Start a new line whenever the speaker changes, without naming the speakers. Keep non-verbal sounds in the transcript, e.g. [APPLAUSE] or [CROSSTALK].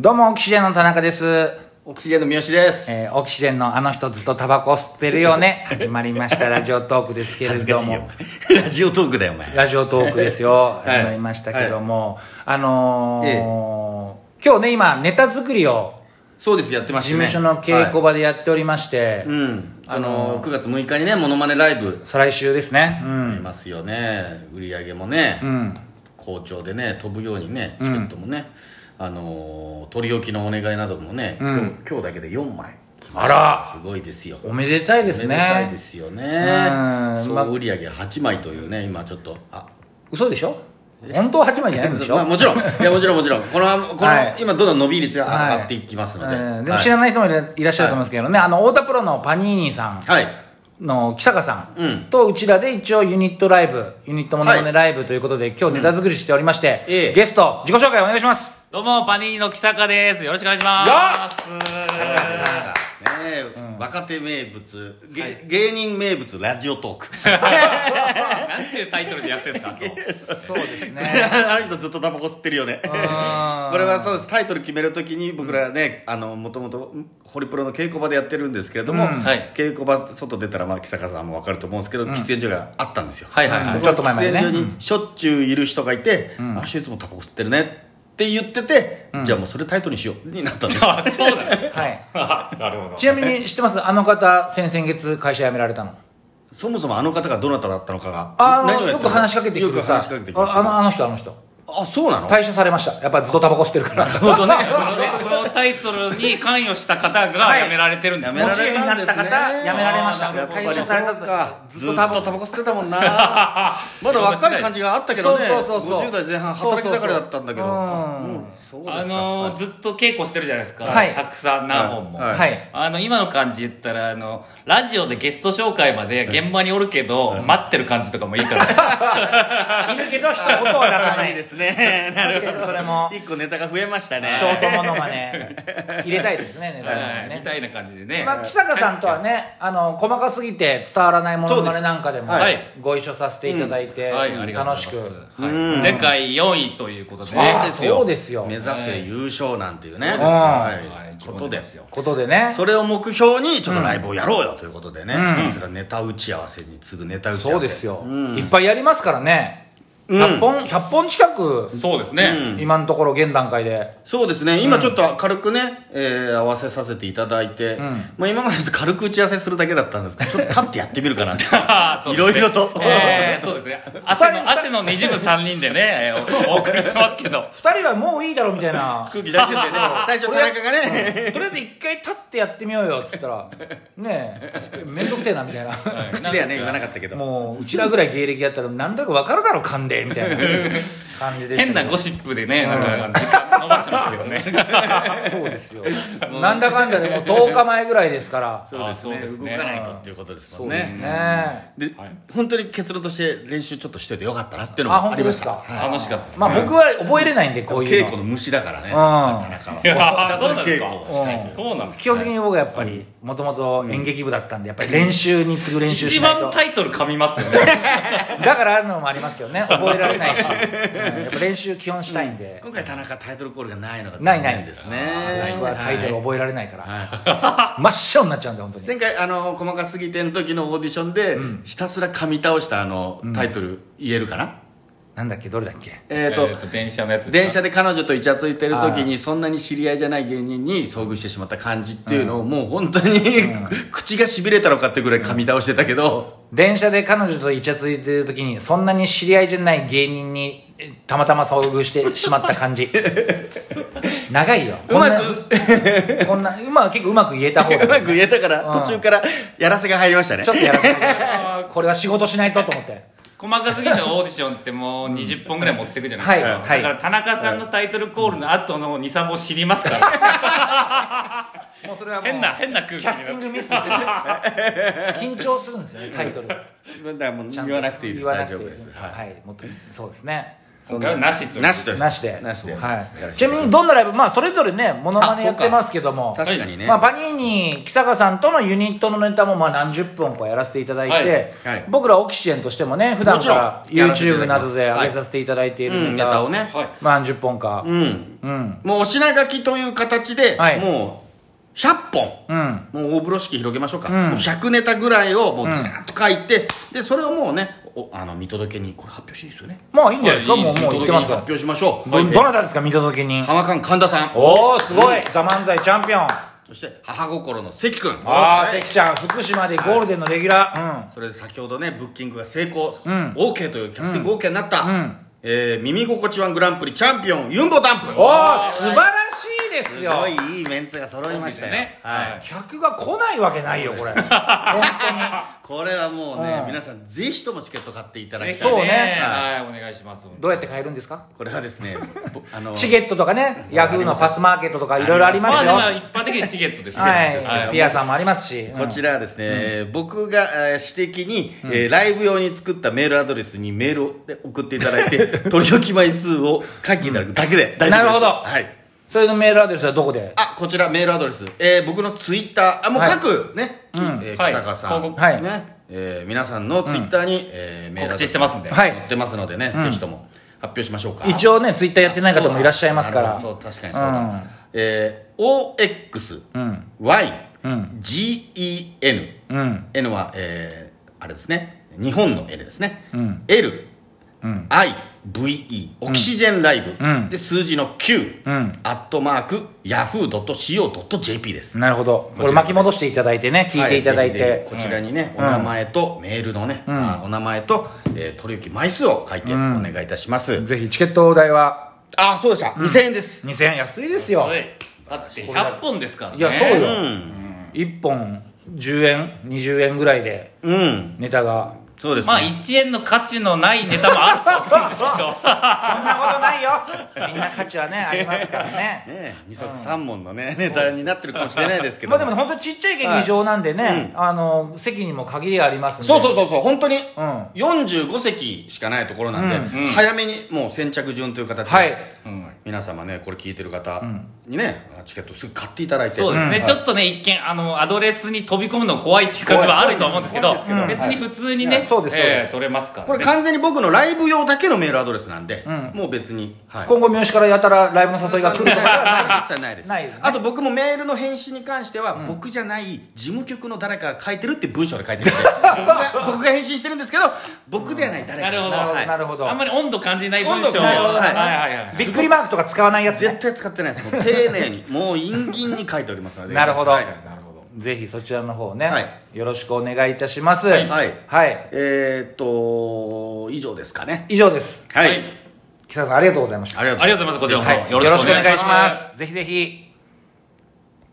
どうも、オキシジェンの田中です。
オキシジェンの三好です。
えーオキシジェンのあの人ずっとタバコ吸ってるよね。始まりました、ラジオトークですけれ
恥ずか
ど
しいよ
も。。
ラジオトークだよ、お前。
ラジオトークですよ。
い
始まりましたけども。あのー
え
今日ね、今、ネタ作りを
そうです、やってま
事
したね。
務所の稽古
は
場でやっておりまして、
いうん。あの、9月6日にね、モノマネライブ
再来週ですね。う
あ
ん。
りますよね。売り上げもね
う、ん。
好調でね、飛ぶようにね、チケットもね、あの、取り置きのお願いなどもね、
うん
今日今日だけで4枚。
あら
すごいですよ。
おめでたいです
おめでたい
ね
で。すよ
うん
ね。
まあ
総売り上げ8枚というね、今ちょっと、あ、
嘘でしょ本当は始まりじゃないんでしょ
まあ、もちろん、いやもちろんもちろん、このこ
はい
の今どんどん伸び率が
はい
上がっていきますの
え
で、
ーでも
はい
知らない人もいらいらっしゃると思いますけどね、あの、太田プロのパニーニさん。
はい。
の木坂さ
うんん
とうちらで一応ユニットライブユニットものま
は
ね
い
ライブということで今日ネタ作りしておりまして、
ええ
ゲスト自己紹介お願いします
どうも、パニーニの木坂です。よろしくお願いします。
ねえ、若手名物、げ芸人名物ラジオトーク。
なんちゅうタイトルでやってんすか、
そうですね
[LAUGHS] あの人ずっとタバコ吸ってるよね。 [LAUGHS] これ
あー
はそうです。タイトル決めるときに僕らね、あの、もともとホリプロの稽古場でやってるんですけれども、
はい
稽古場外出たら、まあ、木坂さんもわかると思うんですけど、喫煙所があったんですよ。
はいはいはい
そこ
ちょっと前までね
喫煙所にしょっちゅういる人がいて、あの人いつもタバコ吸ってるねって言ってて、じゃあもうそれタイトルにしようになったんです。
あ、そうなんです
はい
か。なるほど。
ち [LAUGHS] なみに知ってますあの方先々月会社辞められたの
そもそもあの方がどなただったのかが、
あ
何を
の
や
よ
って
く
るの
話しかけてき
よ
て
く
さ
話しかけてきまし
あ
た
あ
ね
のあの人あの人
あそうなの
退社されましたやっぱずっとタバコ吸ってるから
なるほどね [LAUGHS]
このタイトルに関与した方が辞められてるんですね。
はい
持ち家になった方
やめられたんですね
辞められました
あーなるほど
退社された
そうか
ず
ず
っ
っ
と
と
タ
タ
バ
バ
コ
コ吸ってたもんなまだ若い感じがあったけどね
そうそうそうそう
50代前半働き盛りだったんだけど
そうそう
そううんそうで
あ
すか
のー、ずっと稽古してるじゃないですか。
はい
たくさん何本も。
はい
はい
あの、今の感じ言ったら、あの、ラジオでゲスト紹介まで現場におるけど、待ってる感じとかもいいから。
いるけど音は出さ
あ
ない
い
い
ですね [LAUGHS] なるほ
確かに
ど
それも
一個ネタが増えましたね
ショートモノマネ入れたいですねネタの
は
中
い
に
み
ね
たいな感じでね。
まあ、木坂さんとはね、あの、細かすぎて伝わらないものまねなんかでも
そうです
はい、
ご一緒させていただいて、
はい、ありがとうご
楽
ざ
し
い
く。
ます。はい前回4位ということでね。
そうですよ
そうですよ
目指せ優勝なんていうね
そ
で
う
すよ
はい
はい
ことですよ
ことでね、
それを目標にちょっとライブをやろうよということでねひたすらネタ打ち合わせに次ぐネタ打ち合
そう
わせ
ですよ。いっぱいやりますからね。100本、100本近く、
そうですね。
今のところ現段階で。
そうですね今ちょっと軽くね、えー合わせさせていただいて、まあ、今までちょっと軽く打ち合わせするだけだったんです
[LAUGHS]
けどちょっと立ってやってみるかなって
あーそう
い
です
ろい
ね
ろと、
えーそうですね。汗の、汗の滲む3人で
[LAUGHS]
ね、えーおお送りしてますけど。
2人はもういいだろみたいな。
空気出しててね最初田中がね
とりあえず一回立ってやってみようよって言ったら、ねえ、めんどくせえなみたいな。
口ではね言わなかったけど
もう、うちらぐらい芸歴やったら、なんとなくわかるだろ、勘で、みたいな感じで。
変なゴシップでね、なんか、時間伸ばしてましたけどね。
そうですよ。なんだかんだでもう10日前ぐらいですから。
そうですね
あそうですね
動かないとっていうことですもん
ね
ね
え
で
はい
本当に結論として練習ちょっとしといてよかったなっていうの
あ、
もあ
本当
りま
で
し
す
た
か。
楽しかったですね。
まあ僕は覚えれないんで、こうい
稽
う
古の
の。
虫だからね、
うん
田中
い
は
やー
ひた
そう
す
な
ら
んで
稽
すか
古をしたいという
そうなんです
基本的に僕はやっぱり、もともと演劇部だったんで、やっぱり練習に次ぐ練習
一
しない
番
と。
タイトル噛みますよね。
だからあるのもありますけどね、覚えられないし。うんやっぱ練習基本したいんで。
今回田中タイトルコールがないのが
ない
残
ない
念です
僕
ね
はタイトル覚えられないか
はい
ら。真っ白になっちゃうんで、本当に。
前回あの細かすぎての時のオーディションで、ひたすら噛み倒したあのタイトル言えるかな、
なんだっけ、どれだっけ。
えっ、
え
と、
ーと、電車のやつですか
電車で彼女とイチャついてる時にそんなに知り合いじゃない芸人に遭遇してしまった感じっていうのを、もう本当に、口がしびれたのかってぐらい噛み倒してたけど、
電車で彼女とイチャついてる時にそんなに知り合いじゃない芸人にえたまたま遭遇してしまった感
[LAUGHS]
じ長いよ
うま
くこんな今は結構うまく言えた方
う
だ
ま [LAUGHS]
ね、
く言えたから、
うん
途中からやらせが入りましたね
ちょっとやらせて
あ
これは仕事しないとと思
[LAUGHS]
って
ー細かすぎたオーディションってもう20本ぐらい持ってくじゃないです
は
か。
いはい
だから田中さんのタイトルコールの後の2、3本知りますから。
もうそれは
変な変な空気
キャスティング
になっ
ミ
て
スですね緊張するんですよねタイトル
だからもう
ちゃんと
言わなくていいです
言わな
大
くて
丈夫です、はい
はい、もっとそうですね
今回はなしという
なしです
なしで
なしで
はい、ちなみにどんなライブ、まあ、それぞれねモノマネやってますけども
確かにね、
まあ、パニーニ木坂さんとのユニットのネタもまあ何十本かやらせていただいて、
はいはい
僕らオキシエンとしてもね普段から
もちろんやらせていた
YouTube
だきま
な
す
どで上げさせていただいている
うんネタをね、
はい
まあ、何十本か、うん
うんもうお品書きという形で、
はい
もう100本、もう大風呂敷広げましょうか、もう100ネタぐらいをもうずらっと書いて、でそれをもうねおあの見届けにこれ発表していいですよね
まあいいんじゃないですか、
はいいい
も
で
う
す
もう
見
言っ
届
て
け
ますから、
に発表しましょう、
どどなたですか見届け人
浜館神田さん
おおすごい「ザ漫才チャンピオン」
そして母心の関君
ああ
はい
関ちゃん福島でゴールデンのレギュラー、うん
それで先ほどねブッキングが成功、OK というキャスティング OK になった、えー耳心地ワングランプリチャンピオンユンボダンプ
おお素晴らしいです
す
よ
ごいいいメンツが揃いましたよ、
ね
はい
はい
客が来ないわけないよこれ本
これはもうね、
うん
皆さんぜひともチケット買っていただきた
そ
いう
ね
はい、お願いします。
どうやって買えるんですか
これはですねぼあの
[LAUGHS] チケットとかねヤフーのパスマーケットとかいろいろありますよ
まあでも一般的にチケットですね。
はいピアさんもありますし
こちらはですね、えー僕が、えー私的に、えーライブ用に作ったメールアドレスにメールをで送っていただいて取り置き枚数を書いていただくだけで大
な
丈夫です、
るほど
はい
それのメールアドレスはどこで
あこちらメールアドレス、えー僕のツイッターあもう
はい
各ね、きえー
は
木
い
坂さん、
広告
はい
ねえー皆さんのツイッターに、えーメールアド
告
レス
知してますんで。
はい
載ってますのでね、ぜひとも発表しましょうか
一応ねツイッターやってない方もいらっしゃいますか
な
ら
るほどそう確かにそうだ、
うん
えー、OXYGEN、
ん
N は、えー、あれですね日本の N ですね、L、IVE オキシジェンライブ、
ん
で数字の Q、
ん
アットマーク Yahoo.co.jp です、
なるほどこれ巻き戻していただいてね聞いていただい
はぜひぜ
て
ひこちらにね、お名前とメールのね、あお名前と、えー取り置き枚数を書いてお願いいたします、
ぜひチケット代は
あそうでした、2000円です
2000円安いですよ
安いだって100本ですからね。
いやそうよ
うん
1本10円20円ぐらいで
うん
ネタが
そうですね、
まあ1円の価値のないネタもあると思うんですけど
そんなことないよみんな価値はねありますからね
ね、二足三問のね、ネタになってるかもしれないですけど。
まあでも本当ちっちゃい劇場なんでね、あの席にも限りがありますんで
そうそうそうそう、本当に
ん
45席しかないところなんで、早めにもう先着順という形で、
はい
皆様ね、これ聞いてる方にね、チケットすぐ買っていただいて、
そうですね、
ん
ちょっとね一見あのアドレスに飛び込むの怖いっていう感じはあると思うんですけど
怖い怖いです
別
けど
に普通に
は
ね
いそうですそうです
ええ取れますから、ね、
これ完全に僕のライブ用だけのメールアドレスなんで、もう別に、はい
今後三好からやたらライブの誘いが来るとか
一切ないです
ないですね
あと僕もメールの返信に関しては、僕じゃない事務局の誰かが書いてるって文章で書いてるんで僕が僕が返信してるんですけど僕ではない誰か
なるほど
なるほ
は
ど
い
なるほど
あんまり温度感じない文章
温度感じない
はい
はい
はいはい
びっくりマークとか使わないやつ、
絶
ね、
対使ってないですもう丁寧にもう陰銀に書いておりますので
なるほど
はい
ぜひそちらの方ね、
はい
よろしくお願いいたします
はい
はい
はい
えーっと以上ですかね
以上です
はい、
はい
木更さんありがとうございました
ありがとうございます
ありがとうございますこちらこそ
はい
よろしくお願いします
よろしくお願いしますぜひぜひ